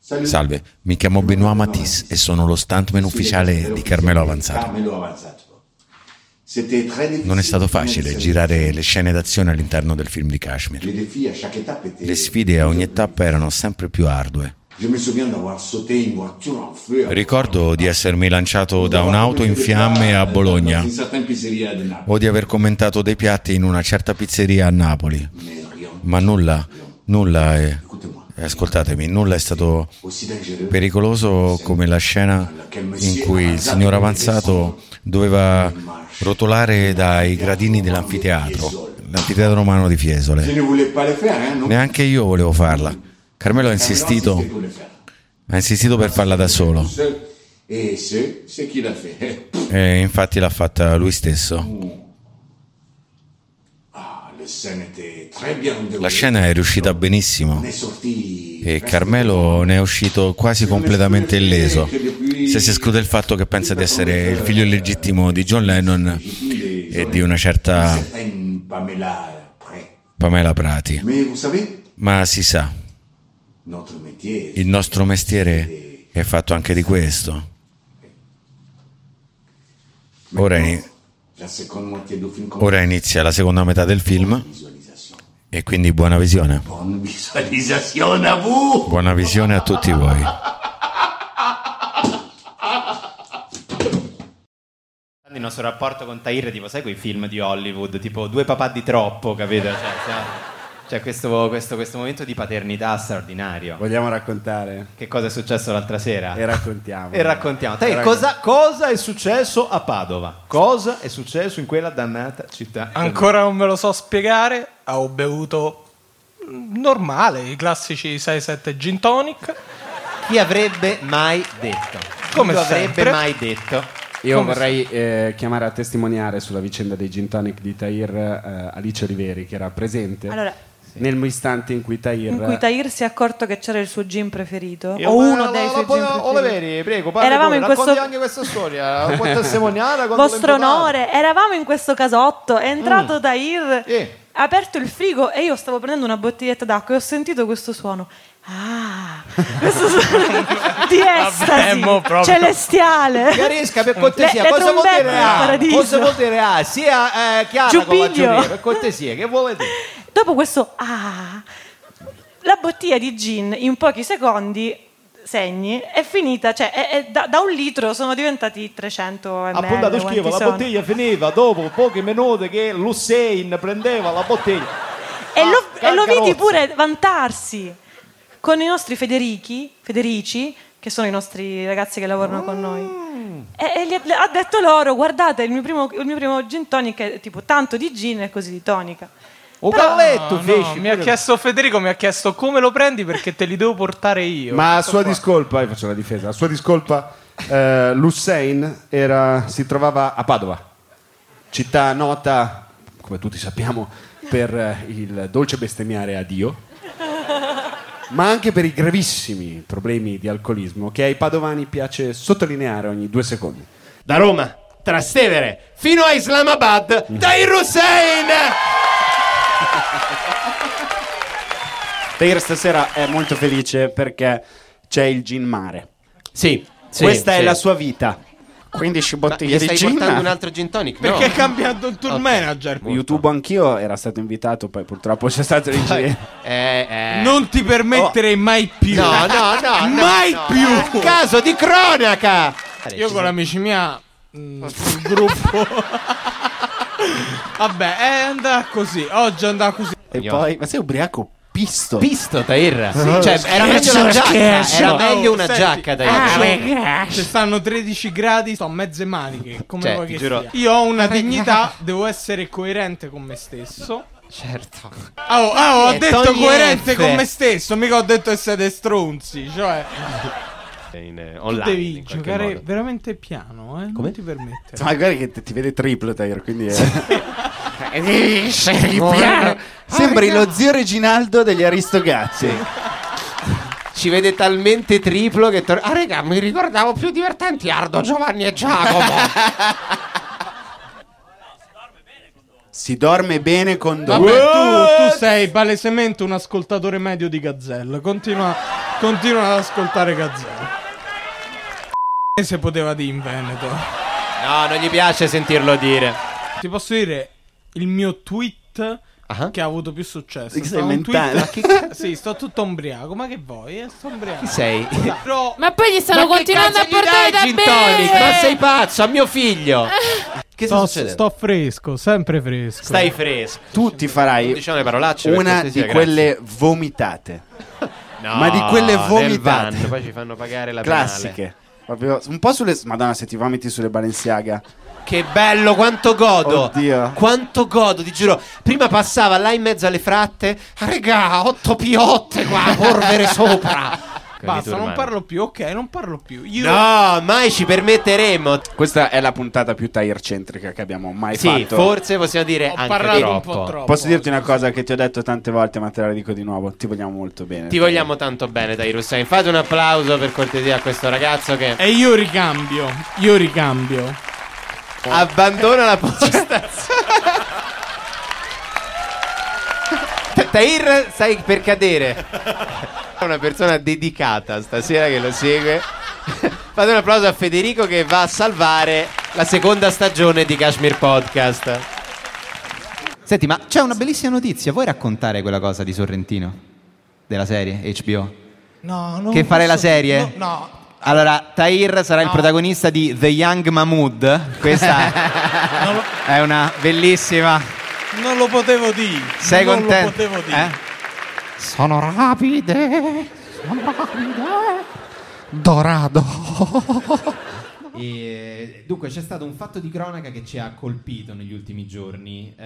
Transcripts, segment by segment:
Salve. Salve, mi chiamo Benoît Matisse e sono lo stuntman ufficiale di Carmelo Avanzato. Non è stato facile girare le scene d'azione all'interno del film di Kashmir. Le sfide a ogni tappa erano sempre più ardue. Ricordo di essermi lanciato da un'auto in fiamme a Bologna o di aver commentato dei piatti in una certa pizzeria a Napoli, ma nulla, nulla è... Ascoltatemi, nulla è stato pericoloso come la scena in cui il signor avanzato doveva rotolare dai gradini dell'anfiteatro, l'anfiteatro romano di Fiesole. Neanche io volevo farla. Carmelo ha insistito, ha insistito per farla da solo. E infatti l'ha fatta lui stesso. La scena è riuscita benissimo e Carmelo ne è uscito quasi completamente illeso. Se si esclude il fatto che pensa di essere il figlio illegittimo di John Lennon e di una certa Pamela Prati. Ma si sa, il nostro mestiere è fatto anche di questo. Ora, ora, inizia la seconda metà del film e quindi buona visione. Buona visione a tutti voi. Il nostro rapporto con Tahir è tipo, sai quei film di Hollywood, tipo due papà di troppo, capito? Cioè, cioè... C'è questo, questo, questo, momento di paternità straordinario. Vogliamo raccontare? Che cosa è successo l'altra sera? E raccontiamo. e raccontiamo. Te, e raccont- cosa, cosa, è successo a Padova? Cosa è successo in quella dannata città? Ancora non me lo so spiegare. Ho bevuto normale, i classici 6-7 gin tonic. Chi avrebbe mai detto? Come Chi sempre. avrebbe mai detto? Io Come vorrei eh, chiamare a testimoniare sulla vicenda dei gin tonic di Tahir eh, Alice Oliveri, che era presente. Allora, nel istante in cui Tahir in cui Tahir si è accorto che c'era il suo gin preferito Io o voglio uno la- dei la- suoi la- gin preferiti Oliveri, prego, parli Eravamo pure, in questo- racconti anche questa storia, può testimoniare contro vostro l'imputato. onore eravamo in questo casotto è entrato Tahir Mm. Sì. ha aperto il frigo e io stavo prendendo una bottiglietta d'acqua e ho sentito questo suono ah questo suono di estasi mo proprio. celestiale Garesca per cortesia, Le- le cosa vuol dire trombette, A? paradiso. Cosa vuol dire A? Sia eh, chiara con la Giubilio. giuria, per cortesia, che volete? dopo questo ah la bottiglia di gin in pochi secondi segni è finita cioè è- è da, da un litro sono diventati 300 ml Ha puntato quanti schifo, la sono. bottiglia finiva dopo pochi minuti che l'Hussein prendeva la bottiglia. e, Ah, lo, e lo Carcarozza. vidi pure vantarsi con i nostri Federici, Federici che sono i nostri ragazzi che lavorano con noi. E, e gli ha ha detto loro: Guardate, il mio, primo, il mio primo gin tonic è tipo tanto di gin e così di tonica. O Però- Galletto No, no, fece. mi ha pure- chiesto Federico, mi ha chiesto come lo prendi perché te li devo portare io. Ma a Questo sua qua. discolpa, io faccio la difesa, a sua discolpa eh, l'Hussein era- si trovava a Padova, città nota, come tutti sappiamo, per eh, il dolce bestemmiare a Dio, ma anche per i gravissimi problemi di alcolismo che ai padovani piace sottolineare ogni due secondi. da Roma, Trastevere, fino a Islamabad, Tahir Hussein! Tair stasera è molto felice perché c'è il gin mare. Sì, sì, Questa è sì. la sua vita. 15 Ma gli bottiglie di stai gin. portando un altro gin tonic? No. Perché ha cambiato il tour Ok. manager? YouTube anch'io era stato invitato, poi purtroppo c'è stato l'incidente. Eh, eh. Oh. Non ti permetterei mai più. No, no, no, no, mai no. Eh, più. Caso di cronaca! Io con l'amici mia mm, sul gruppo. Vabbè, è andata così. Oggi è andata così. E poi, ma sei ubriaco pisto? Ah. Visto Tahir. Cioè, era meglio una giacca. Era meglio una Senti, giacca ah, Tahir. Ci stanno 13 gradi, sto a mezze maniche. Come Cioè, vuoi che ti giuro- sia. Io ho una dignità, devo essere coerente con me stesso. Certo. Ah, Oh, ah, oh, ho Eh, detto togli coerente F. con me stesso, mica ho detto che siete stronzi. Cioè, In, eh, tu online, devi in qualche giocare modo. veramente piano, eh? Come ti permette? Ma guarda che ti vede triplo Tair, quindi è... Oh, Sembri lo zio Reginaldo degli Aristogazzi. Ci vede talmente triplo che tor- Ah, raga, mi ricordavo più divertenti Ardo, Giovanni e Giacomo. Si dorme bene con Vabbè, due. tu, tu sei palesemente un ascoltatore medio di Gazzella. Continua continuano ad ascoltare Gazzetta. Se poteva dire in Veneto. No, non gli piace sentirlo dire. Ti posso dire il mio tweet Ah. che ha avuto più successo. Ti Stava stai un mentando? Ma che tweet... sì, sto tutto ombriaco. Ma che vuoi? eh? Sto ombriaco. Chi sei? Però Ma poi gli Ma stanno che continuando a cazzo gli portare da dai gin bere. Ah. tonic? Ma sei pazzo, a mio figlio. Che sta sto, succedendo? sto fresco, sempre fresco. Stai fresco. Tu ti farai Diciamo le parolacce. per una cortesia, di quelle vomitate. grazie. No, ma di quelle nel vomitate. van, poi ci fanno pagare la penale. Classiche. Proprio un po' sulle. Madonna, se ti vomiti sulle Balenciaga. Che bello, quanto godo. Oddio. Quanto godo, ti giuro. Prima passava là in mezzo alle fratte. Ah, regà, otto piotte qua, polvere sopra. Basta, non parlo più, ok, non parlo più. Io No, mai ci permetteremo. Questa è la puntata più tire centrica che abbiamo mai Sì, fatto. forse possiamo dire ho anche parlato troppo. un po' troppo. Posso dirti una cosa che ti ho detto tante volte, ma te la dico di nuovo. Ti vogliamo molto bene. Ti vogliamo tanto bene, dai Russain. Fate un applauso per cortesia a questo ragazzo che E io ricambio, io ricambio. abbandona la postazione. Tair stai per cadere. È una persona dedicata stasera che lo segue. Fate un applauso a Federico che va a salvare la seconda stagione di Kashmir Podcast. Senti, ma c'è una bellissima notizia. Vuoi raccontare quella cosa di Sorrentino? Della serie HBO? No, non Che fare la posso- serie? No, no. Allora, Tahir sarà il No. protagonista di The Young Mahmood. Questa Non lo, è una bellissima. non lo potevo dire. Sei non contento? lo potevo dire. Eh? Sono rapide. Sono rapide. Dorado. E, dunque c'è stato un fatto di cronaca che ci ha colpito negli ultimi giorni, Eh,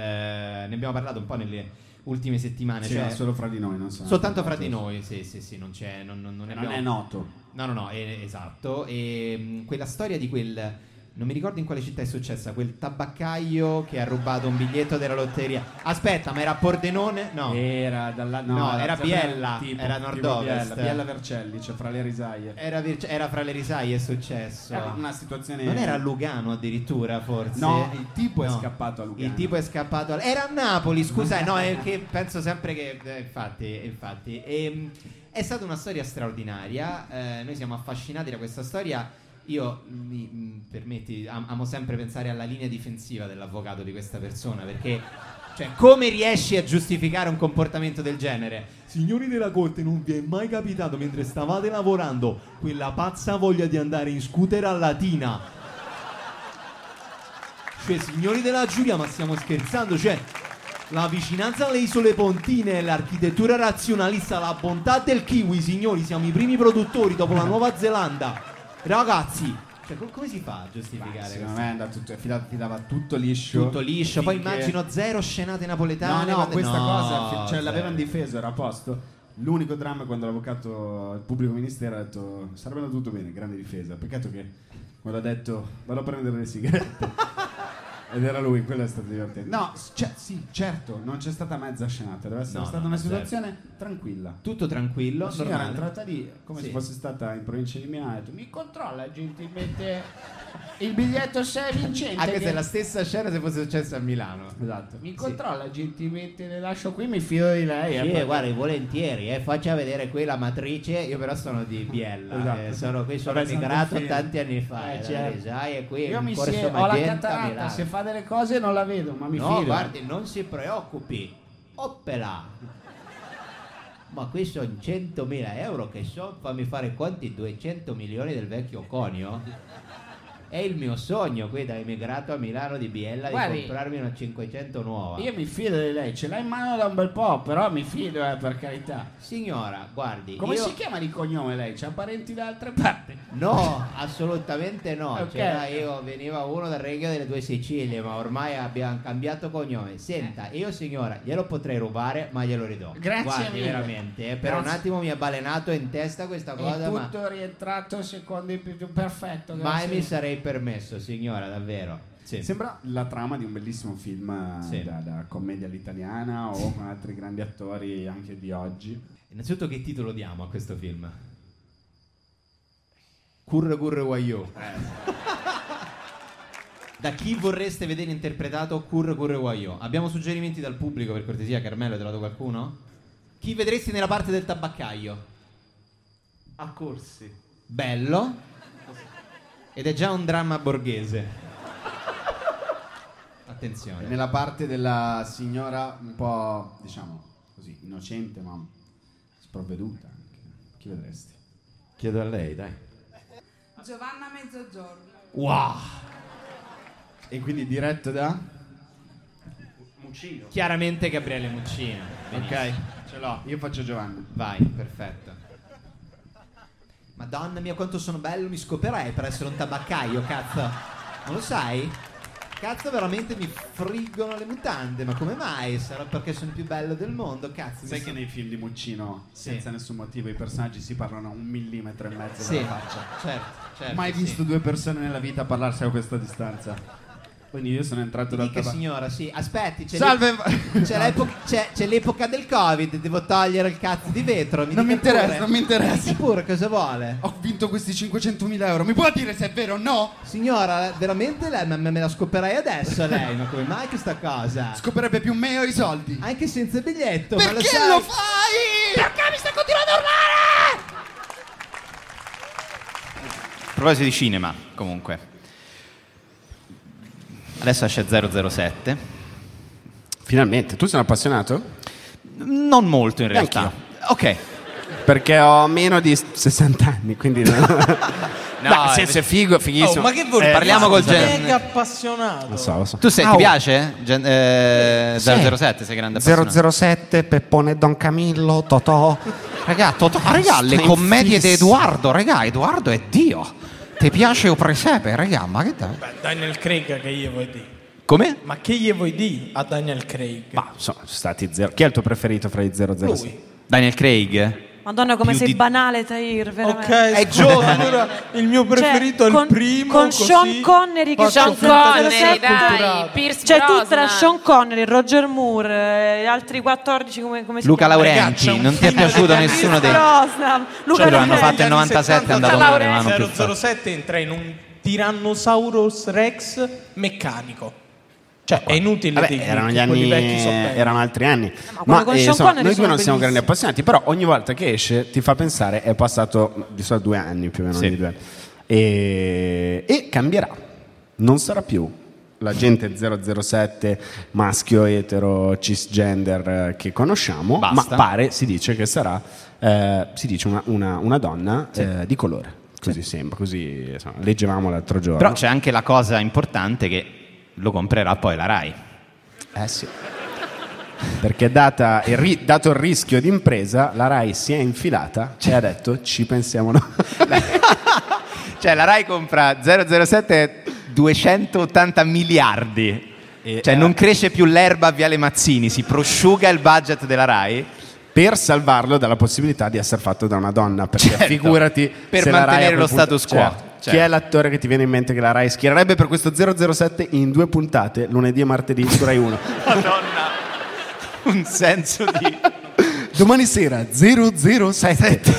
ne abbiamo parlato un po' nelle ultime settimane, Sì, cioè, ma solo fra di noi, non so. soltanto fra di noi, sì sì sì, non c'è, non, non- non Eh, ne Non abbiamo... è noto. No, no, no, eh, esatto, e mh, quella storia di quel, non mi ricordo in quale città è successa, quel tabaccaio che ha rubato un biglietto della lotteria, aspetta, ma era a Pordenone? No. Eh. Era dalla, no, No, era era Biella, tipo, era tipo nord-ovest. Biella, Biella, Biella Vercelli, cioè fra le risaie. Era, vir- era fra le risaie, è successo. Ah. Era una situazione. Non era a Lugano addirittura forse? No, il tipo è No. scappato a Lugano. Il tipo è scappato a... Era a Napoli, scusa, no, è che penso sempre che... eh, Infatti, infatti. Ehm, è stata una storia straordinaria, eh, noi siamo affascinati da questa storia. Io, mi, mi permetti, am- amo sempre pensare alla linea difensiva dell'avvocato di questa persona, perché... Cioè, come riesci a giustificare un comportamento del genere? Signori della corte, non vi è mai capitato mentre stavate lavorando quella pazza voglia di andare in scooter a Latina cioè, signori della Giulia, ma stiamo scherzando, cioè. La vicinanza alle isole Pontine, l'architettura razionalista, la bontà del kiwi, signori, siamo i primi produttori dopo la Nuova Zelanda. Ragazzi, cioè, co- come si fa a giustificare Secondo questo? me è andato tutto, fila- filava tutto liscio. Tutto liscio, poi Finché- immagino zero scenate No, napoletane. no, quando- questa No, cosa fi- cioè, zero. l'avevano difeso, era a posto. L'unico dramma è quando l'avvocato, il pubblico ministero ha detto sarebbe andato tutto bene, grande difesa. Peccato che quando ha detto vado a prendere le sigarette. Ed era lui, quello è stato divertente. No, s- cioè, sì, certo, non c'è stata mezza scenata, deve essere No, stata no, una zero. situazione tranquilla. Tutto tranquillo, La signora è normale. entrata lì come Sì. se fosse stata in provincia di Milano e ha detto mi controlla gentilmente Il biglietto 6 vincente. Anche se è la stessa scena se fosse successa a Milano. Esatto. Mi controlla gentilmente, le lascio qui, mi fido di lei. eh, Sì, eh, guarda, volentieri, eh, faccia vedere qui la matrice, io però sono di Biella, Esatto. eh, sono qui, sono Vabbè, sono emigrato confini. tanti anni fa, Eh, eh, certo. sai, e qui Io in mi Corso siedo, ho la Magenta, cataratta, Milano. se fa delle cose non la vedo, ma mi No, fido. guardi, non si preoccupi, oppela. Ma qui sono 100.000 euro che so, fammi fare i conti 200 milioni del vecchio conio. È il mio sogno qui da emigrato a Milano di Biella Guardi, di comprarmi una 500 nuova. Io mi fido di lei, ce l'ha in mano da un bel po', però mi fido, eh, per carità. Signora, guardi, Come io... si chiama di cognome lei? C'ha parenti da altre parti? No, assolutamente no. Ok. C'era io, veniva uno dal Regno delle Due Sicilie, ma ormai abbiamo cambiato cognome. Senta, io signora glielo potrei rubare, ma glielo ridò. Eh. Grazie Guardi, mille. veramente. eh, per Grazie. un attimo mi è balenato in testa questa È cosa, ma tutto rientrato secondo il più perfetto. mai grazie. mi sarei permesso, signora, davvero. Sì. Sembra la trama di un bellissimo film eh, Sì. da, da commedia all'italiana o con altri grandi attori anche di oggi. Innanzitutto che titolo diamo a questo film? Curre Curre Wayo. Da chi vorreste vedere interpretato Curre Curre Wayo? Abbiamo suggerimenti dal pubblico per cortesia, Carmelo, hai trovato qualcuno? Chi vedresti nella parte del tabaccaio? a corsi. Bello. Ed è già un dramma borghese. Attenzione. Nella parte della signora un po', diciamo, così, innocente ma sprovveduta anche. Chi vedresti? Chiedo a lei, dai. Giovanna Mezzogiorno. Wow! E quindi diretto da? Muccino. Chiaramente Gabriele Muccino. Ok, ce l'ho. Io faccio Giovanna. Vai, perfetto. Madonna mia, quanto sono bello, mi scoperei per essere un tabaccaio, cazzo. Non lo sai? Cazzo, veramente mi friggono le mutande, ma come mai? Sarà perché sono il più bello del mondo, cazzo. mi Sai che sono- nei film di Muccino, Sì. senza nessun motivo, i personaggi si parlano a un millimetro e mezzo Sì, dalla faccia. certo, certo. Mai sì. visto due persone nella vita parlarsi a questa distanza. Quindi io sono entrato Mi dal dica tabacco. signora, sì, aspetti, c'è, Salve! l'e- c'è, l'epo- c'è- c'è l'epoca del Covid, devo togliere il cazzo di vetro. Non mi dica interessa, pure- non mi interessa. Mi dica pure cosa vuole. Ho vinto questi 500.000 euro, mi può dire se è vero o no? Signora, veramente lei, ma me me la scoperei adesso lei, ma come mai questa cosa? Scoperebbe più me o i soldi? Anche senza biglietto, ma lo Perché sai... lo fai? Perché mi stai continuando a urlare? A proposito di cinema, comunque. Adesso esce 007. Finalmente, tu sei un appassionato? Non molto in realtà. Ok. Perché ho meno di 60 anni, quindi... No, Dai, eh, se- se è figo, fighissimo. Oh, ma che vuol Eh, parliamo col Mega genere. appassionato. Tu sei, Au. ti piace? Gen- eh, Sì. 007, sei grande appassionato. 007, Peppone Don Camillo, Totò. Raga, Totò, Ah, raga, le Stai commedie di fissa. Edoardo, raga, Edoardo è Dio. Ti cioè, piace o presepe, raga, ma che dai? Beh, Daniel Craig che gli vuoi dire? Come? Ma che gli vuoi dire a Daniel Craig? Ma Sono stati zero. Chi è il tuo preferito fra i 007? Lui. Daniel Craig? Madonna, come Più sei di- banale, Tahir, veramente. È giovane. Allora, il mio preferito è il Cioè, con, primo, Con così, Sean Connery che faccio fa finta di il essere 007. culturato. C'è Cioè, tutta Brosnan. la Sean Connery, Roger Moore, eh, altri 14 come, come si Luca chiama? Eh, Laurenti, non ti è piaciuto nessuno dei... Pierce Brosnan, Luca Cioè, lo hanno Laurenti. fatto il 97 è andato male, non l'hanno più fatto. 007 entra in un Tyrannosaurus Rex meccanico. Cioè, è inutile Vabbè, dirgli erano gli che quelli anni, vecchi sono belli. erano altri anni. quello Ma, con eh, Sean insomma, Connery noi due sono non siamo grandi bellissimi. appassionati, però ogni volta che esce ti fa pensare è passato di solito due anni più o meno. ogni due anni. E, e cambierà, non sarà più l'agente 007 maschio, etero, cisgender eh, che conosciamo, Basta. ma pare si dice che sarà eh, si dice una, una- una donna Sì. eh, di colore. Così sembra, così insomma, leggevamo l'altro giorno. Però c'è anche la cosa importante che lo comprerà poi la Rai. Eh sì. Perché data il ri- dato il rischio d'impresa, la RAI si è infilata e ha detto ci pensiamo noi. Cioè la Rai compra 007 280 miliardi. cioè eh, non cresce più l'erba a Viale Mazzini, si prosciuga il budget della Rai. Per salvarlo dalla possibilità di essere fatto da una donna, perché Certo. figurati Per se la Rai a mantenere quel lo punto- status quo. Certo. Certo. Chi è l'attore che ti viene in mente che la Rai schiererebbe per questo 007 in due puntate, lunedì e martedì su Rai 1? Madonna, un senso di... Domani sera 007.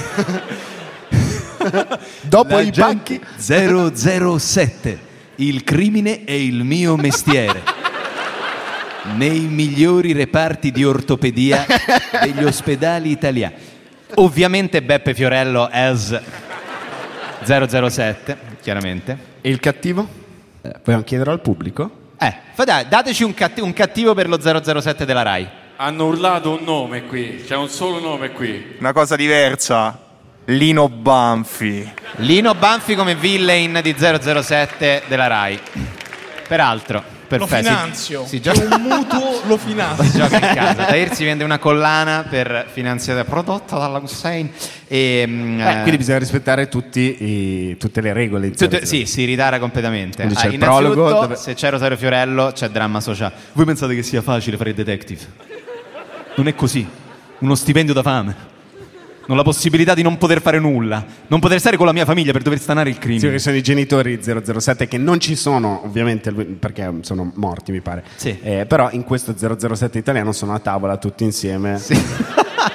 Dopo i pacchi 007. Il crimine è il mio mestiere. Nei migliori reparti di ortopedia degli ospedali italiani. Ovviamente Beppe Fiorello as 007, chiaramente. E il cattivo? Eh, Vogliamo chiederlo al pubblico? Eh, fa dai, dateci un, catti- un cattivo per lo 007 della Rai. Hanno urlato un nome qui, c'è un solo nome qui. Una cosa diversa. Lino Banfi. Lino Banfi come villain di 007 della Rai. Peraltro, Lo perfetto. si- finanzio. Si, C'è gioca, un mutuo, lo finanzio. si gioca in casa. Tahir si vende una collana per finanziare prodotta dalla Hussein. E, mm, Eh, eh, quindi bisogna rispettare tutti i- tutte le regole. Tutto- insomma. sì, si ritara completamente. Quindi Ah, c'è il innanzitutto, prologo dove- se c'è Rosario Fiorello, c'è dramma sociale. Voi pensate che sia facile fare il detective? Non è così. Uno stipendio da fame. Non la possibilità di non poter fare nulla. Non poter stare con la mia famiglia per dover stanare il Sì, perché crimine. sono i genitori 007 che non ci sono, ovviamente, lui- perché sono morti, mi pare. Eh, però in questo 007 italiano sono a tavola tutti insieme.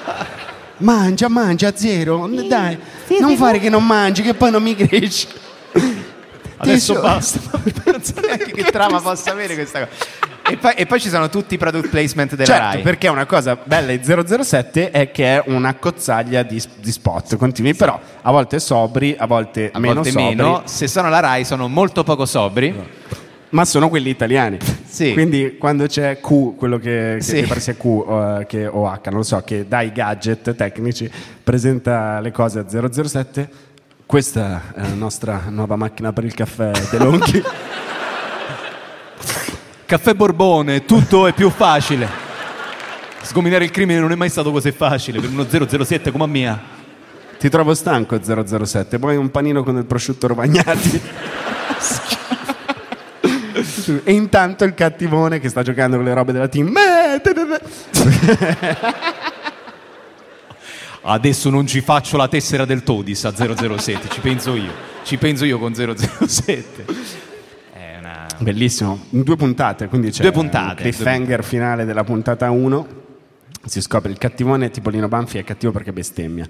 mangia, mangia, zero. Dai, non fare che non mangi, che poi non mi cresci. Adesso Ti so- basta. Non so neanche che trama possa avere questa cosa. E poi, e poi ci sono tutti i product placement della certo, Rai. perché una cosa bella di 007 è che è una cozzaglia di, di spot continui, però a volte sobri, a volte A meno volte sobri. meno, se sono la Rai sono molto poco sobri. Ma sono quelli italiani. Sì. Quindi quando c'è Q, quello che, che Sì. mi pare sia Q eh, che- o H, non lo so, che dai gadget tecnici, presenta le cose a 007. Questa è la nostra nuova macchina per il caffè DeLonghi. Caffè Borbone, tutto è più facile. Sgominare il crimine non è mai stato così facile per uno 007 come a mia. Ti trovo stanco 007, vuoi un panino con del prosciutto rovagnati? e intanto il cattivone che sta giocando con le robe della team. "Eh, te, te, te." Adesso non ci faccio la tessera del Todis a 007, ci penso io. Ci penso io con 007. È una... Bellissimo, in due puntate, quindi c'è Due puntate, il cliffhanger due finale della puntata 1. Si scopre il cattivone, tipo Lino Banfi è cattivo perché bestemmia.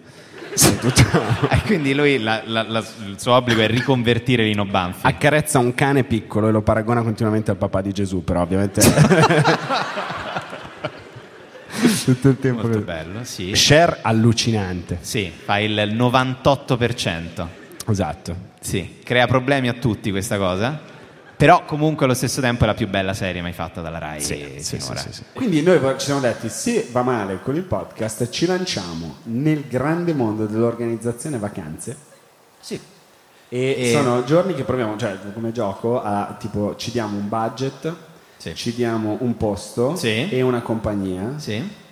È tutto- E quindi lui, la- la- la- il suo obbligo è riconvertire Lino Banfi. Accarezza un cane piccolo e lo paragona continuamente al papà di Gesù, però ovviamente tutto il tempo. Molto che- bello, sì. Share allucinante. Sì, fa il 98%. Esatto. Sì, crea problemi a tutti questa cosa, però comunque allo stesso tempo è la più bella serie mai fatta dalla Rai sinora. Quindi noi ci siamo detti, se va male con il podcast, ci lanciamo nel grande mondo dell'organizzazione vacanze. Sì. E, E- sono giorni che proviamo, cioè come gioco, a tipo ci diamo un budget, ci diamo un posto e una compagnia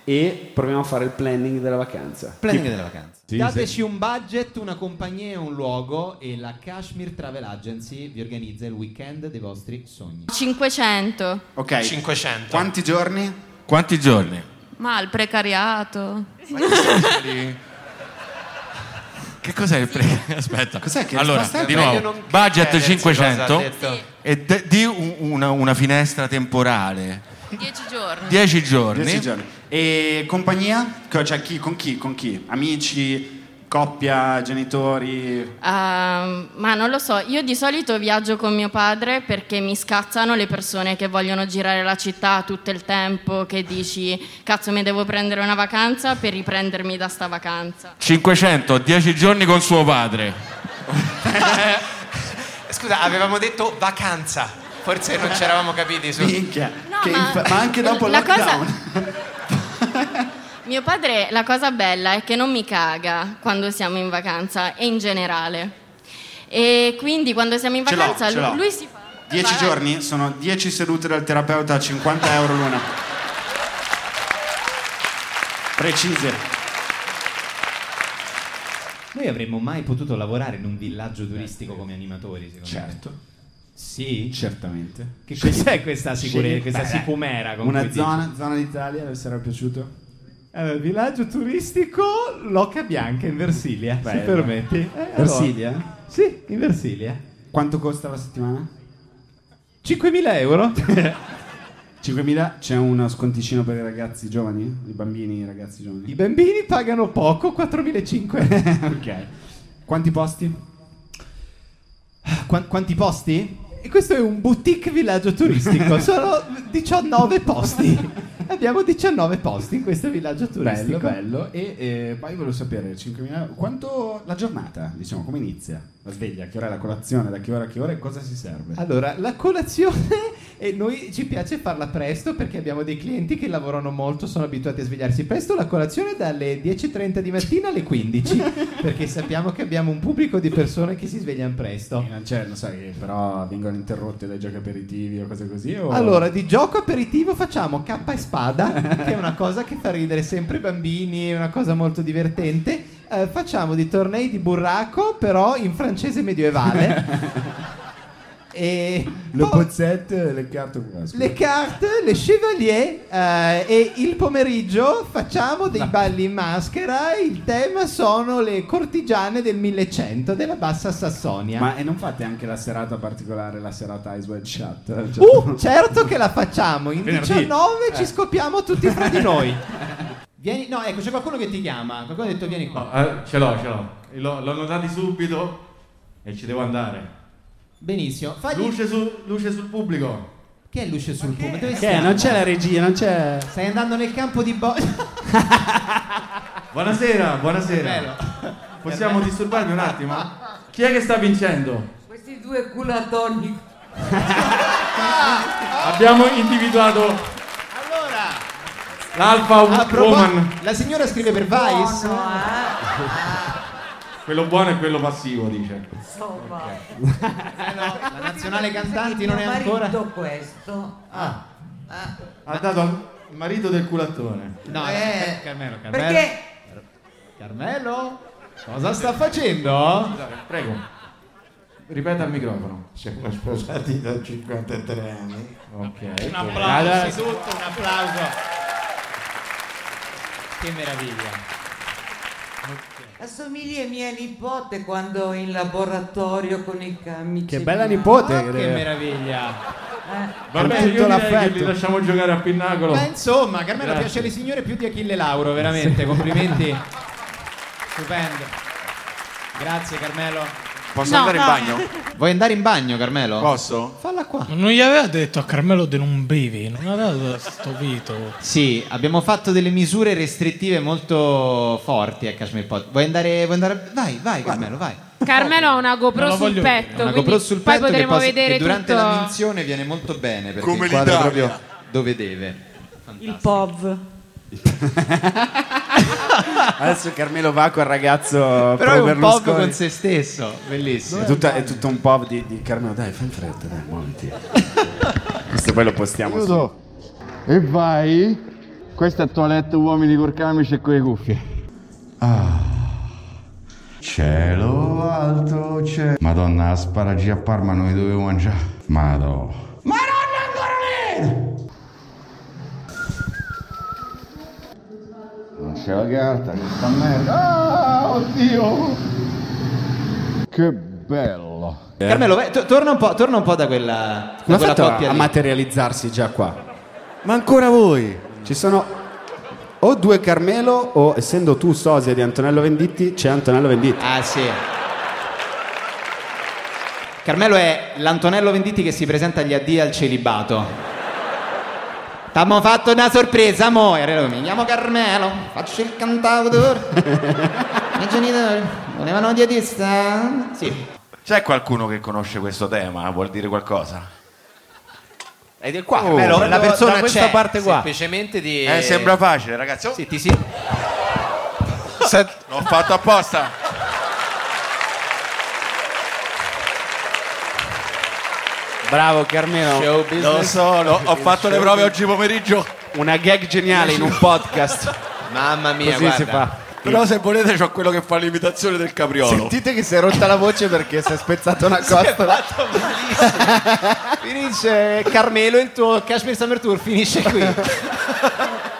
e proviamo a fare il planning della vacanza. Planning Tipo- della vacanza. Dateci un budget, una compagnia e un luogo e la Kashmir Travel Agency vi organizza il weekend dei vostri sogni. 500. Ok. 500. Quanti giorni? Quanti giorni? Ma il precariato. Che cos'è il pre- Aspetta, Cos'è che- allora, basta- di nuovo, meglio non Eh, budget chiedersi 500 cosa ha detto. Sì. e de- di un- una, una finestra temporale. 10 giorni. 10 giorni. Dieci giorni. E compagnia? Co- Cioè, chi, con chi? Con chi? Amici, coppia, genitori? Ehm, ma non lo so, io di solito viaggio con mio padre perché mi scazzano le persone che vogliono girare la città tutto il tempo, che dici cazzo mi devo prendere una vacanza per riprendermi da sta vacanza. 500, 10 giorni con suo padre. Scusa, avevamo detto vacanza. Forse non ci eravamo capiti su. Che infa- ma anche dopo il la lockdown. cosa- Mio padre, la cosa bella è che non mi caga quando siamo in vacanza e in generale. E quindi quando siamo in Ce l'ho, vacanza ce l'ho. lui si fa... 10 giorni sono 10 sedute dal terapeuta a 50 euro l'una. Precise. Noi avremmo mai potuto lavorare in un villaggio turistico come animatori, secondo certo. me. Sì? Certamente. Che cos'è questa sicurezza, questa Beh, sicumera? con cui Una dici? zona, zona d'Italia le sarà piaciuto? Eh, villaggio turistico Locca Bianca in Versilia, se Bello. permetti. Eh, allora. Versilia? Sì, in Versilia. Quanto costa la settimana? 5.000 euro. 5.000 c'è uno sconticino per i ragazzi giovani? I bambini, i ragazzi giovani? I bambini pagano poco, 4.500. ok. Quanti posti? Qua- quanti posti? E questo è un boutique villaggio turistico, sono 19 posti. Abbiamo 19 posti in questo villaggio turistico. Bello, bello. E eh, poi volevo sapere, 5.000, quanto la giornata, diciamo, come inizia? La sveglia, che ora è la colazione, da che ora a che ora e cosa si serve? Allora, la colazione e noi ci piace farla presto perché abbiamo dei clienti che lavorano molto, sono abituati a svegliarsi presto. La colazione è dalle 10.30 di mattina alle 15 perché sappiamo che abbiamo un pubblico di persone che si svegliano presto. Cioè, non so, che però vengono interrotte dai giochi aperitivi o cose così? O... Allora, di gioco aperitivo facciamo cappa e spada, che è una cosa che fa ridere sempre i bambini, è una cosa molto divertente. Eh, facciamo di tornei di burraco, però in francese medievale. e le pozzette, le carte... ah, scusa. le carte, le chevalier eh, e il pomeriggio facciamo dei balli in maschera. Il tema sono le cortigiane del 1100 della Bassa Sassonia. Ma e non fate anche la serata particolare, la serata Ice Cioè, Wide Shut? Uh, certo che la facciamo. In Venerdì. 19 Eh. ci scopiamo tutti fra di noi. Vieni, no, ecco, c'è qualcuno che ti chiama. Qualcuno ha detto vieni qua. eh, Ah, ce l'ho, ce l'ho. L'ho, l'ho notati subito e ci devo andare. Benissimo. Fagli- Luce, su- luce sul pubblico. Che è luce sul ponte? Dove Che è? siamo? Non c'è la regia, non c'è. Stai andando nel campo di bo... Buonasera, È bello. buonasera. Possiamo disturbarvi un attimo? Chi è che sta vincendo? Questi due culatoni. Abbiamo individuato l'Alfa A propos- Woman. La signora scrive per Vice. Quello buono e quello passivo, dice. Insomma. la nazionale cantanti non è ancora. Marito questo. Ah. Ha dato al marito del culattone. No, Eh, Carmelo, Carmelo. Perché? Carmelo? Cosa sta facendo? Prego. Ripeta al microfono. Siamo sposati da 53 anni. Ok. Un Allora, applauso, innanzitutto un applauso. Che meraviglia. Assomiglia a mia nipote quando in laboratorio con il camice. Che bella nipote, eh. che credo. meraviglia. Ah, Eh. Va bene, io direi che li lasciamo giocare a Pinnacolo. Ma insomma, Carmelo Grazie. piace alle signore più di Achille Lauro, veramente. Complimenti. Stupendo. Grazie Carmelo. Posso No, andare in no. bagno? Vuoi andare in bagno, Carmelo? Posso? Falla qua. Non gli aveva detto a Carmelo di non bevi, non aveva dato sto vito. Sì, abbiamo fatto delle misure restrittive molto forti a Kashmir Pot. Vuoi andare? Vuoi andare? Vai, vai, Carmelo, vai. Carmelo ha una GoPro Non lo sul voglio petto, Una quindi GoPro sul poi petto che potremo possa- vedere che durante tutto. la minzione viene molto bene perché Come il quadro è l'Italia. proprio dove deve. Il POV. Adesso Carmelo va col ragazzo Però è un Berlusconi. pop con se stesso, bellissimo. È, tutta- è tutto un pop di, di Carmelo, dai, fai in fretta, dai, muoviti. Questo poi lo postiamo su- Chiudo e vai. Questa è toilette uomini col camice e con le cuffie. Cielo alto c'è. Madonna, asparagi a Parma non li dovevo mangiare. Madonna. Non c'è la carta, che sta merda. Ah, oddio! Che bello. Eh. Carmelo, vai, to- torna, un po', torna un po' da quella, da Come ha quella fatto a, coppia a lì. materializzarsi già qua? Ma ancora voi? Ci sono o due Carmelo o, essendo tu sosia di Antonello Venditti, c'è Antonello Venditti. Ah sì. Carmelo è l'Antonello Venditti che si presenta agli addi al celibato. T'abbiamo fatto una sorpresa, mo. E allora mi chiamo Carmelo, faccio il cantautore. I miei genitori volevano un dietista? Sì. C'è qualcuno che conosce questo tema? Vuol dire qualcosa? È del qua, Carmelo, la persona c'è, Semplicemente di... Eh, sembra facile, ragazzi. Sì, ti si... L'ho fatto apposta. Bravo Carmelo. Show business. Lo so, lo- ho fatto le prove oggi pomeriggio. Una gag geniale in un podcast. Mamma mia, Così si fa. Però se volete c'ho quello che fa l'imitazione del capriolo. Sentite che si è rotta la voce perché si è spezzata una costola. Finisce Carmelo, il tuo Kashmir Summer Tour finisce qui.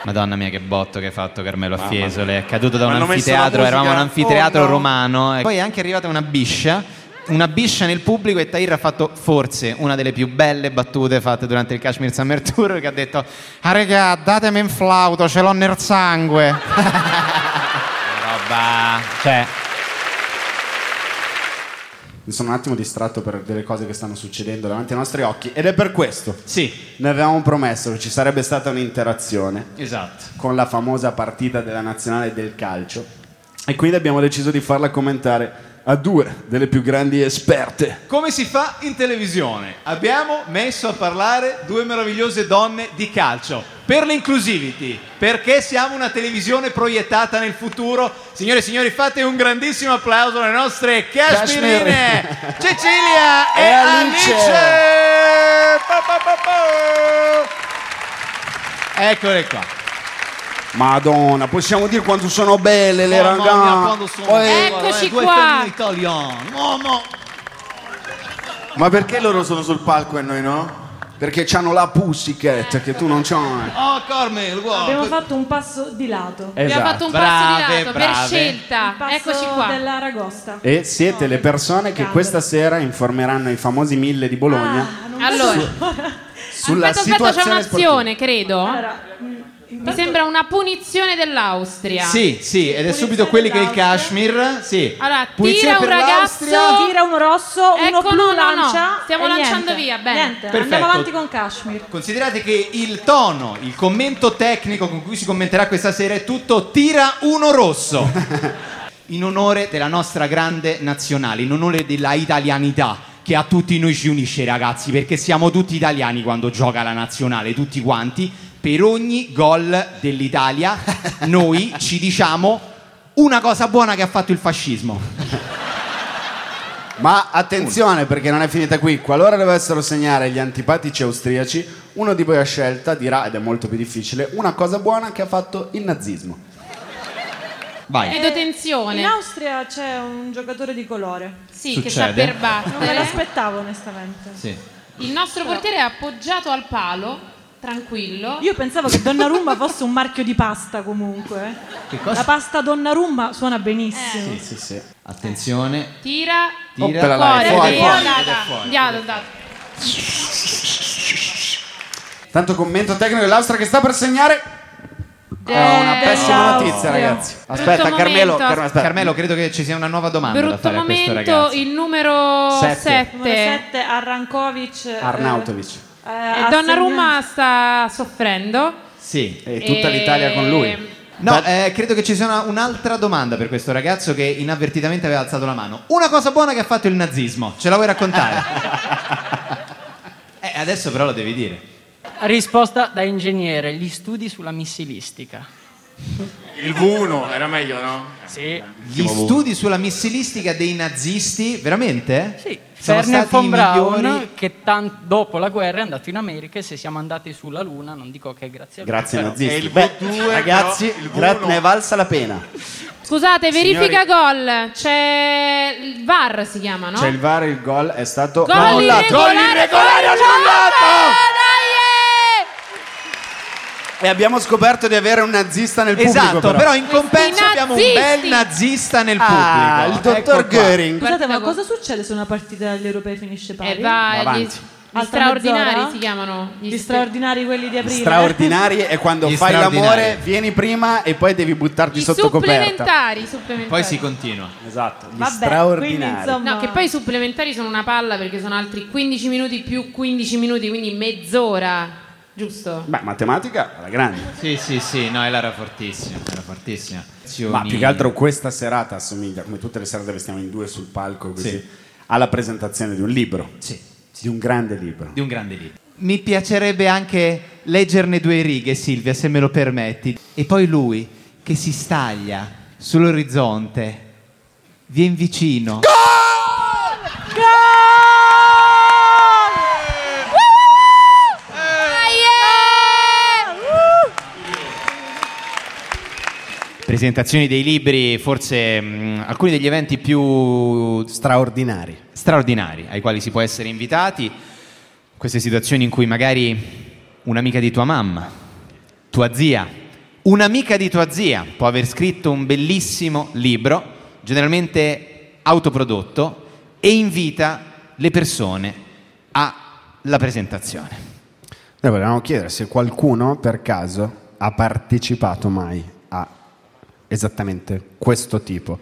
Madonna mia, che botto che hai fatto Carmelo a Fiesole. È caduto da Ma un hanno messo la anfiteatro. Eravamo un musica? anfiteatro Oh, no. romano. eh. E Poi è anche arrivata una biscia, una biscia nel pubblico e Tahir ha fatto forse una delle più belle battute fatte durante il Kashmir Summer Tour che ha detto Ah regà, datemi un flauto, ce l'ho nel sangue. roba. Cioè, Mi sono un attimo distratto per delle cose che stanno succedendo davanti ai nostri occhi ed è per questo. Sì. Ne avevamo promesso che ci sarebbe stata un'interazione Esatto. con la famosa partita della nazionale del calcio e quindi abbiamo deciso di farla commentare a due delle più grandi esperte Come si fa in televisione? Abbiamo messo a parlare due meravigliose donne di calcio. Per l'inclusivity, perché siamo una televisione proiettata nel futuro. Signore e signori, fate un grandissimo applauso alle nostre cashmirine, Cecilia e, E Alice. Alice. Pa, pa, pa, pa. Eccole qua. Madonna, possiamo dire quanto sono belle le Oh, Mamma mia, quando ragazze. sono Poi- qua, Eccoci eh, due qua. femmine italiane. Mamma. Ma perché loro sono sul palco e noi no? Perché c'hanno la pussycat che tu non c'hai. Oh, Carmelo, guarda. Abbiamo fatto un passo di lato. Esatto. Abbiamo fatto un passo Brave, di lato per brave. scelta. un passo Eccoci qua. della ragosta. Eh. E siete le persone che questa sera informeranno i famosi mille di Ah, Bologna Allora, sulla aspetta, aspetta, c'è situazione sportiva. un'azione, credo. mm, Mi sembra una punizione dell'Austria. Sì, sì, ed è subito quelli che il Kashmir. Sì. Allora, Punizione tira un per l'Austria. ragazzo, Tira uno rosso, uno Ecco, blu no, no, no. lancia. Stiamo e lanciando niente. via, bene. Niente, Perfetto. andiamo avanti con Kashmir. Considerate che il tono, il commento tecnico con cui si commenterà questa sera è tutto tira uno rosso. In onore della nostra grande nazionale, in onore della italianità che a tutti noi ci unisce ragazzi, perché siamo tutti italiani quando gioca la nazionale, tutti quanti, per ogni gol dell'Italia noi ci diciamo una cosa buona che ha fatto il fascismo. Ma attenzione perché non è finita qui. Qualora dovessero segnare gli antipatici austriaci, uno di voi a scelta dirà, ed è molto più difficile, una cosa buona che ha fatto il nazismo. Vai. Vedo tensione. In Austria c'è un giocatore di colore. Sì, che Succede. sa per Non me l'aspettavo onestamente. Eh? Il nostro portiere è appoggiato al palo, tranquillo. Io pensavo che Donnarumma fosse un marchio di pasta comunque. Che cosa? La pasta Donnarumma suona Eh, benissimo. sì, sì. Attenzione. Tira, Tira. fuori, Oppela là, è fuori, via, fuori, data, ed è fuori. via, data. Tanto commento tecnico dell'Austria che sta per segnare. Eh, È una pessima Austria. notizia, ragazzi. Aspetta, Brutto Carmelo, momento. Carmelo, aspetta. mm. Carmelo, credo che ci sia una nuova domanda da Brutto fare a questo momento, ragazzo. il numero Sette. 7. Numero 7 Arrankovic. eh, eh, ha E Donnarumma sta soffrendo. Sì, Eh. E Eh, tutta E- l'Italia con ehm, lui. No, eh, credo che ci sia una- un'altra domanda per questo ragazzo che inavvertitamente aveva alzato la mano. Una cosa buona che ha fatto il nazismo, ce la vuoi raccontare? eh, adesso però lo devi dire. Risposta da ingegnere, gli studi sulla missilistica. Il V1 era meglio, no? Sì. Gli studi sulla missilistica dei nazisti, veramente? Sì, Sono Werner stati von i Braun migliori. che tan- dopo la guerra è andato in America e se siamo andati sulla Luna, non dico che grazie a lui, Grazie ai però- nazisti. Beh, ragazzi, gra- ne è valsa la pena. Scusate, verifica gol. C'è il VAR si chiama, no? C'è Cioè, il VAR, il gol è stato Gol irregolare, fuori E abbiamo scoperto di avere un nazista nel pubblico. Esatto, però, in Questi compenso abbiamo un nazisti! bel nazista nel Ah, pubblico. il dottor Ecco qua. Göring. Scusate, ma cosa succede se una partita degli europei finisce pari? Eh, Ah, vai, Avanti. gli- Gli straordinari si chiamano. Gli, straordinari quelli di aprile. Straordinari è quando Gli fai straordinari. l'amore, vieni prima e poi devi buttarti I sotto coperta. supplementari, supplementari. Poi si continua. Esatto, gli Vabbè, straordinari. No, che poi i supplementari sono una palla perché sono altri 15 minuti più 15 minuti, quindi mezz'ora, giusto? Beh, matematica alla grande. Sì, sì, sì, no, era fortissima, era fortissima. Ma più che altro questa serata assomiglia, come tutte le serate che stiamo in due sul palco così, Sì. alla presentazione di un libro. Di un grande libro. Di un grande libro. Mi piacerebbe anche leggerne due righe, Silvia, se me lo permetti. E poi lui che si staglia sull'orizzonte. Vien vicino. Eh! Uh! Presentazioni dei libri, forse mh, alcuni degli eventi più straordinari. straordinari ai quali si può essere invitati. Queste situazioni in cui magari un'amica di tua mamma, tua zia, un'amica di tua zia può aver scritto un bellissimo libro, generalmente autoprodotto, e invita le persone alla presentazione. Noi volevamo chiedere se qualcuno per caso ha partecipato mai a esattamente questo tipo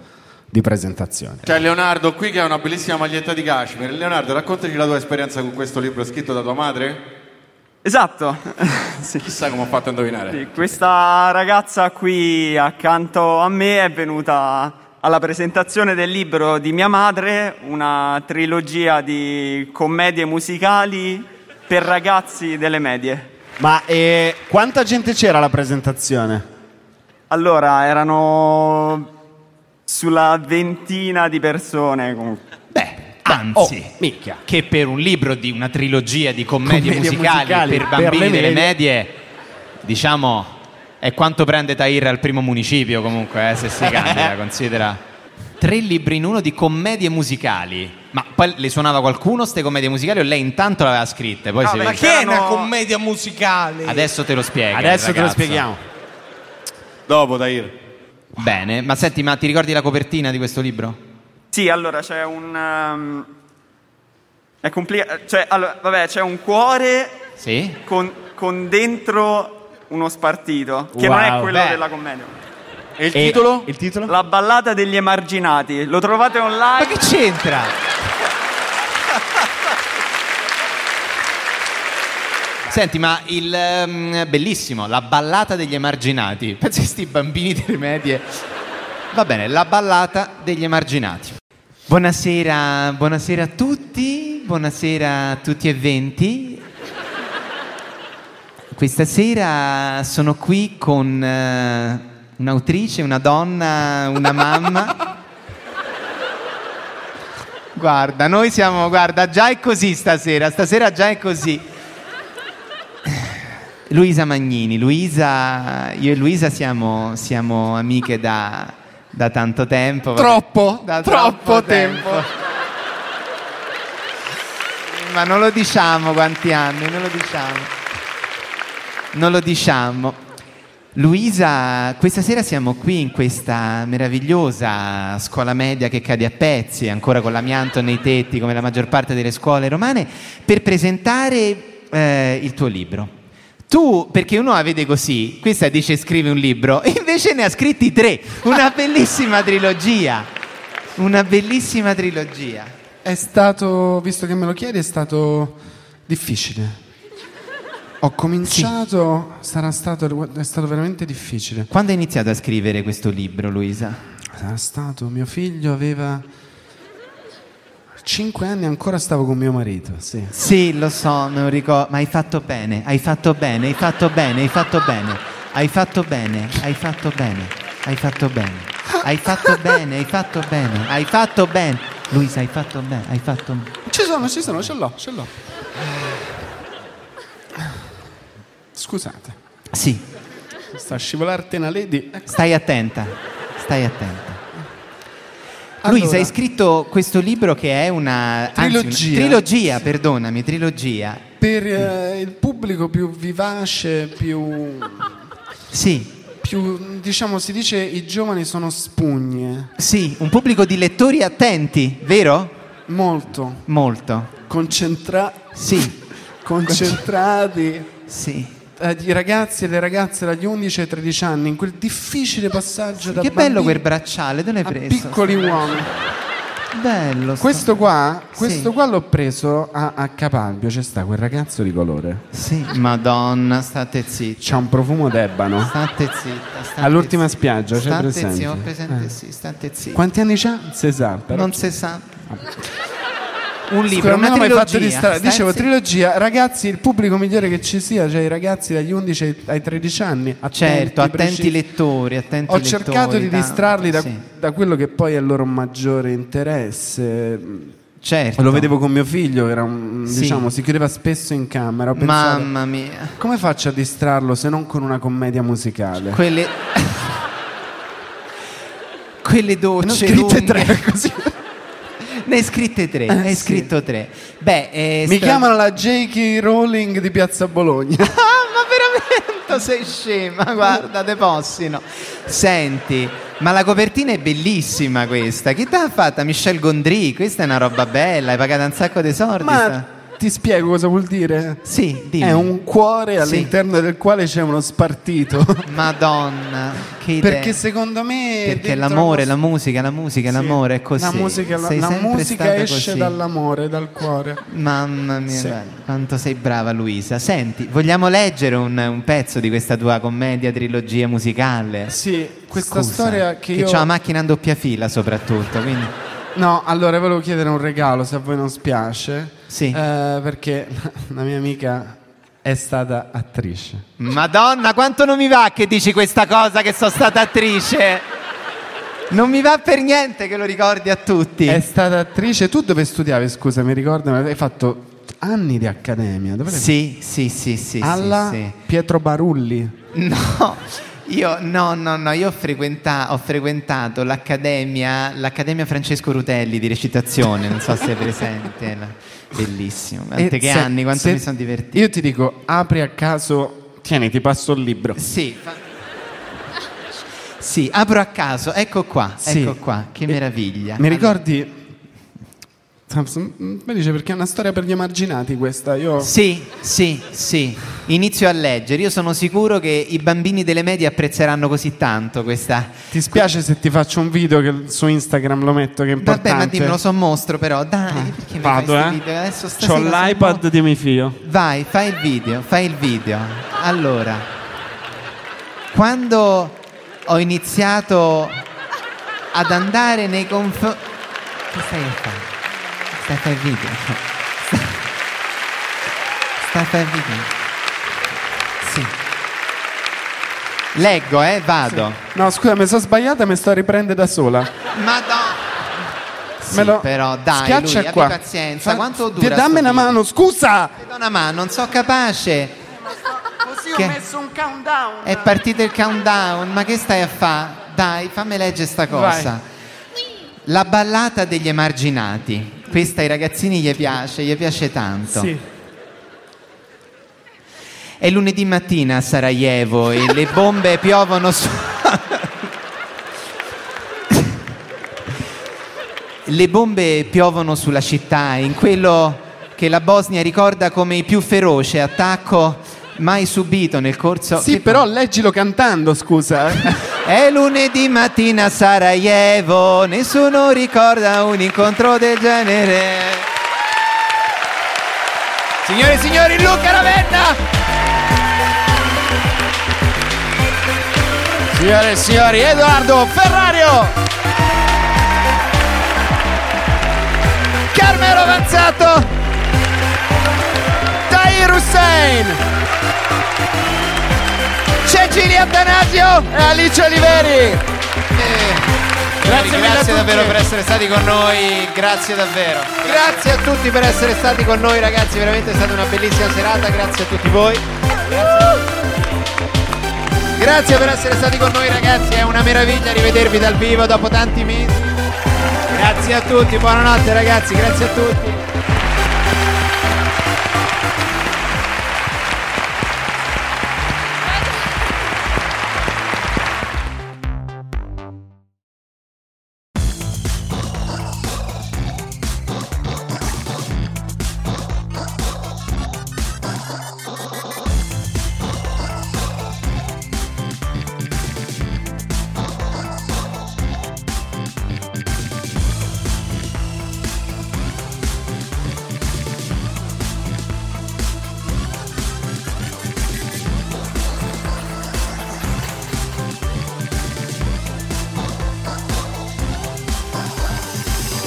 di presentazione. C'è Leonardo qui che ha una bellissima maglietta di cashmere. Leonardo, raccontaci la tua esperienza con questo libro scritto da tua madre. Esatto. Chissà come ho fatto a indovinare. Sì, Questa ragazza qui accanto a me è venuta alla presentazione del libro di mia madre, una trilogia di commedie musicali per ragazzi delle medie. Ma eh, quanta gente c'era alla presentazione? Allora, erano sulla ventina di persone comunque. Ah, oh, Anzi, che per un libro di una trilogia di commedie, Commedie musicali, musicali per per bambini le delle medie. medie, diciamo, è quanto prende Tahir al primo municipio comunque, eh, se si candida, considera. Tre libri in uno di commedie musicali. Ma poi le suonava qualcuno ste commedie musicali o lei intanto le aveva scritte? Poi si ma vede. che è una commedia musicale? Adesso te lo spiego. Adesso te lo spieghiamo. Dopo, Tahir. Bene, ma senti, ma ti ricordi la copertina di questo libro? Sì, allora c'è un. ehm, è complicato. Cioè, allora, vabbè, c'è un cuore Sì? con, con dentro uno spartito, che non è Wow. quello Ah, Beh. della commedia. E il Il titolo? La ballata degli emarginati. Lo trovate online? Ma che c'entra? Senti, ma il ehm, bellissimo, la ballata degli emarginati. Pensi a sti bambini delle medie. Va bene, la ballata degli emarginati. Buonasera, buonasera a tutti, buonasera a tutti e venti. Questa sera sono qui con eh, un'autrice, una donna, una mamma. Guarda, noi siamo, guarda, già è così stasera, stasera già è così. Luisa Magnini, Luisa, io e Luisa siamo, siamo amiche da, da tanto tempo. vabbè. Troppo, Da troppo tempo. Ma non lo diciamo quanti anni, non lo diciamo. Non lo diciamo. Luisa, questa sera siamo qui in questa meravigliosa scuola media che cade a pezzi, ancora con l'amianto nei tetti come la maggior parte delle scuole romane, per presentare eh, il tuo libro. Tu, perché uno la vede così, questa dice scrivi un libro, invece ne ha scritti tre, una bellissima trilogia, una bellissima trilogia. È stato, visto che me lo chiedi, è stato difficile. Ho cominciato, sarà stato, è stato veramente difficile. Quando hai iniziato a scrivere questo libro, Luisa? Sarà stato, mio figlio aveva 5 anni, ancora stavo con mio marito, sì. Sì, lo so, me lo ricordo, ma hai fatto bene, hai fatto bene, hai fatto bene, hai fatto bene, hai fatto bene, hai fatto bene, hai fatto bene, hai fatto bene, hai fatto bene, hai fatto bene. Luisa, hai fatto bene, hai fatto bene. Ci sono, ci sono, ce l'ho, ce l'ho. Scusate. Sì. Sta a scivolarti una lady. Stai attenta, stai attenta. Allora. Luisa, hai scritto questo libro che è una anzi, una- Trilogia. trilogia, perdonami, trilogia. Per eh, il pubblico più vivace, più... Sì. Più, diciamo, si dice i giovani sono spugne. Sì, un pubblico di lettori attenti, vero? Molto. Molto. Concentra... Sì. Concentrati. Sì. Eh, I ragazzi e le ragazze dagli 11 ai 13 anni, in quel difficile passaggio da Che bello bambini quel bracciale, dove l'hai a preso? piccoli uomini. Bello. sta- Questo qua, questo Sì. qua l'ho preso a, a Capalbio, c'è sta quel ragazzo di colore. Sì, madonna, state zitti. C'ha un profumo d'ebano. State zitta, state All'ultima zitta. spiaggia, c'è State presente? zitti, ho presente, Eh. sì, state zitti. Quanti anni c'ha? Non si sa, però. esatto. Non si sa. Un libro, Sicuramente una non mi hai trilogia. fatto distrarre. stai Dicevo, zitta. trilogia, ragazzi, il pubblico migliore che ci sia, cioè i ragazzi dagli 11 ai- ai 13 anni. Attenti, Certo, attenti precisi. lettori, attenti Ho lettori, cercato di tanto, distrarli da, sì. da quello che poi è il loro maggiore interesse. Certo. Lo vedevo con mio figlio, era un- Sì. diciamo, si chiudeva spesso in camera. Ho pensato, Mamma mia. Come faccio a distrarlo se non con una commedia musicale? Quelle... Quelle docce Ne ho scritte lunghe. tre, Ne hai scritte tre, Eh, ne hai sì. scritto tre. Beh, eh, Mi sta- chiamano la J.K. Rowling di Piazza Bologna. Ah, Ma veramente sei scema, guarda, te possino. Senti, ma la copertina è bellissima questa. Chi te l'ha fatta? Michel Gondry, questa è una roba bella, hai pagato un sacco di soldi. Ma sta- ti spiego cosa vuol dire? Sì, dimmi. È un cuore Sì. all'interno del quale c'è uno spartito. Madonna, che idea. Perché secondo me. Perché dentro l'amore, il la musica, la musica, l'amore è così. nostro- La musica, la- Sei la sempre musica stata esce così. dall'amore, dal cuore. Mamma mia, Sì. guarda, quanto sei brava Luisa. Senti, vogliamo leggere un, un pezzo di questa tua commedia, trilogia musicale? Sì, questa Scusa, storia che io. c'ha la macchina in doppia fila soprattutto, quindi... No, allora volevo chiedere un regalo se a voi non spiace. Sì. perché la mia amica è stata attrice. Madonna, quanto non mi va che dici questa cosa che sono stata attrice. Non mi va per niente che lo ricordi a tutti. È stata attrice. Tu dove studiavi? Scusa, mi ricordo, hai fatto anni di accademia. Dove l'hai Sì, sì, sì, sì. sì, Alla sì. Pietro Barulli. No, io no, no, no, io ho, frequenta- ho frequentato l'accademia, l'accademia Francesco Rutelli di recitazione, non so se è presente. la- Bellissimo, quante E che Eh, se- anni, quanto se- mi sono divertito. Io ti dico, apri a caso, tieni, ti passo il libro. Sì, Sì, apro a caso, ecco qua, Sì. Eh, ecco qua, che meraviglia. Mi ricordi Samson, mm, felice perché è una storia per gli emarginati questa. Io... Sì, sì, sì. Inizio a leggere. Io sono sicuro che i bambini delle medie apprezzeranno così tanto questa. Ti spiace se ti faccio un video che su Instagram lo metto che è importante. Vabbè, ma dimmelo, sono mostro però. Dai, perché mi Vado, fai sti eh. video? Adesso stasera C'ho sono l'iPad di mio figlio. Vai, fai il video, fai il video. Allora, quando ho iniziato ad andare nei confronti... Che stai a fare? Stai a fare il video. Stai a fare il video. Sì. Leggo, eh, vado. No, scusa, mi sono sbagliata e mi sto a riprendere da sola. Madonna. Me lo- però dai, Schiaccia lui, qua. abbi pazienza. Fa- Quanto Ti- dura Dammi sto una video? mano, scusa! Do una mano, non so capace. Così Che- ho messo un um countdown. È partito il countdown, ma che stai a fa? Dai, fammi leggere sta cosa. Vai. La ballata degli emarginati. Questa ai ragazzini gli piace, gli piace tanto. È lunedì mattina a Sarajevo e le bombe piovono su. le bombe piovono sulla città in quello che la Bosnia ricorda come il più feroce attacco mai subito nel corso. Sì, però leggilo cantando, scusa. eh. È lunedì mattina a Sarajevo, nessuno ricorda un incontro del genere. Signore e signori, Luca Ravenna! Signore e signori, Edoardo Ferrario! Carmelo Avanzato! Tahir Hussein! Cecilia Danasio e Alice Oliveri! Eh, Grazie, mille a tutti. davvero per essere stati con noi, grazie davvero. Grazie a tutti per essere stati con noi ragazzi, veramente è stata una bellissima serata, grazie a tutti voi. Grazie, Grazie per essere stati con noi ragazzi, è una meraviglia rivedervi dal vivo dopo tanti mesi. Grazie a tutti, buonanotte ragazzi, grazie a tutti.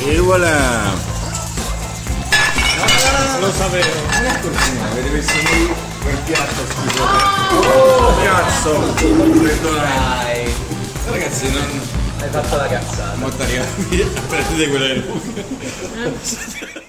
E voilà! Lo sapevo! Avete messo lì quel piatto schifo! Oh cazzo! Perdonai! Ragazzi non. Hai fatto la cazzata! Montariani, prendete quella del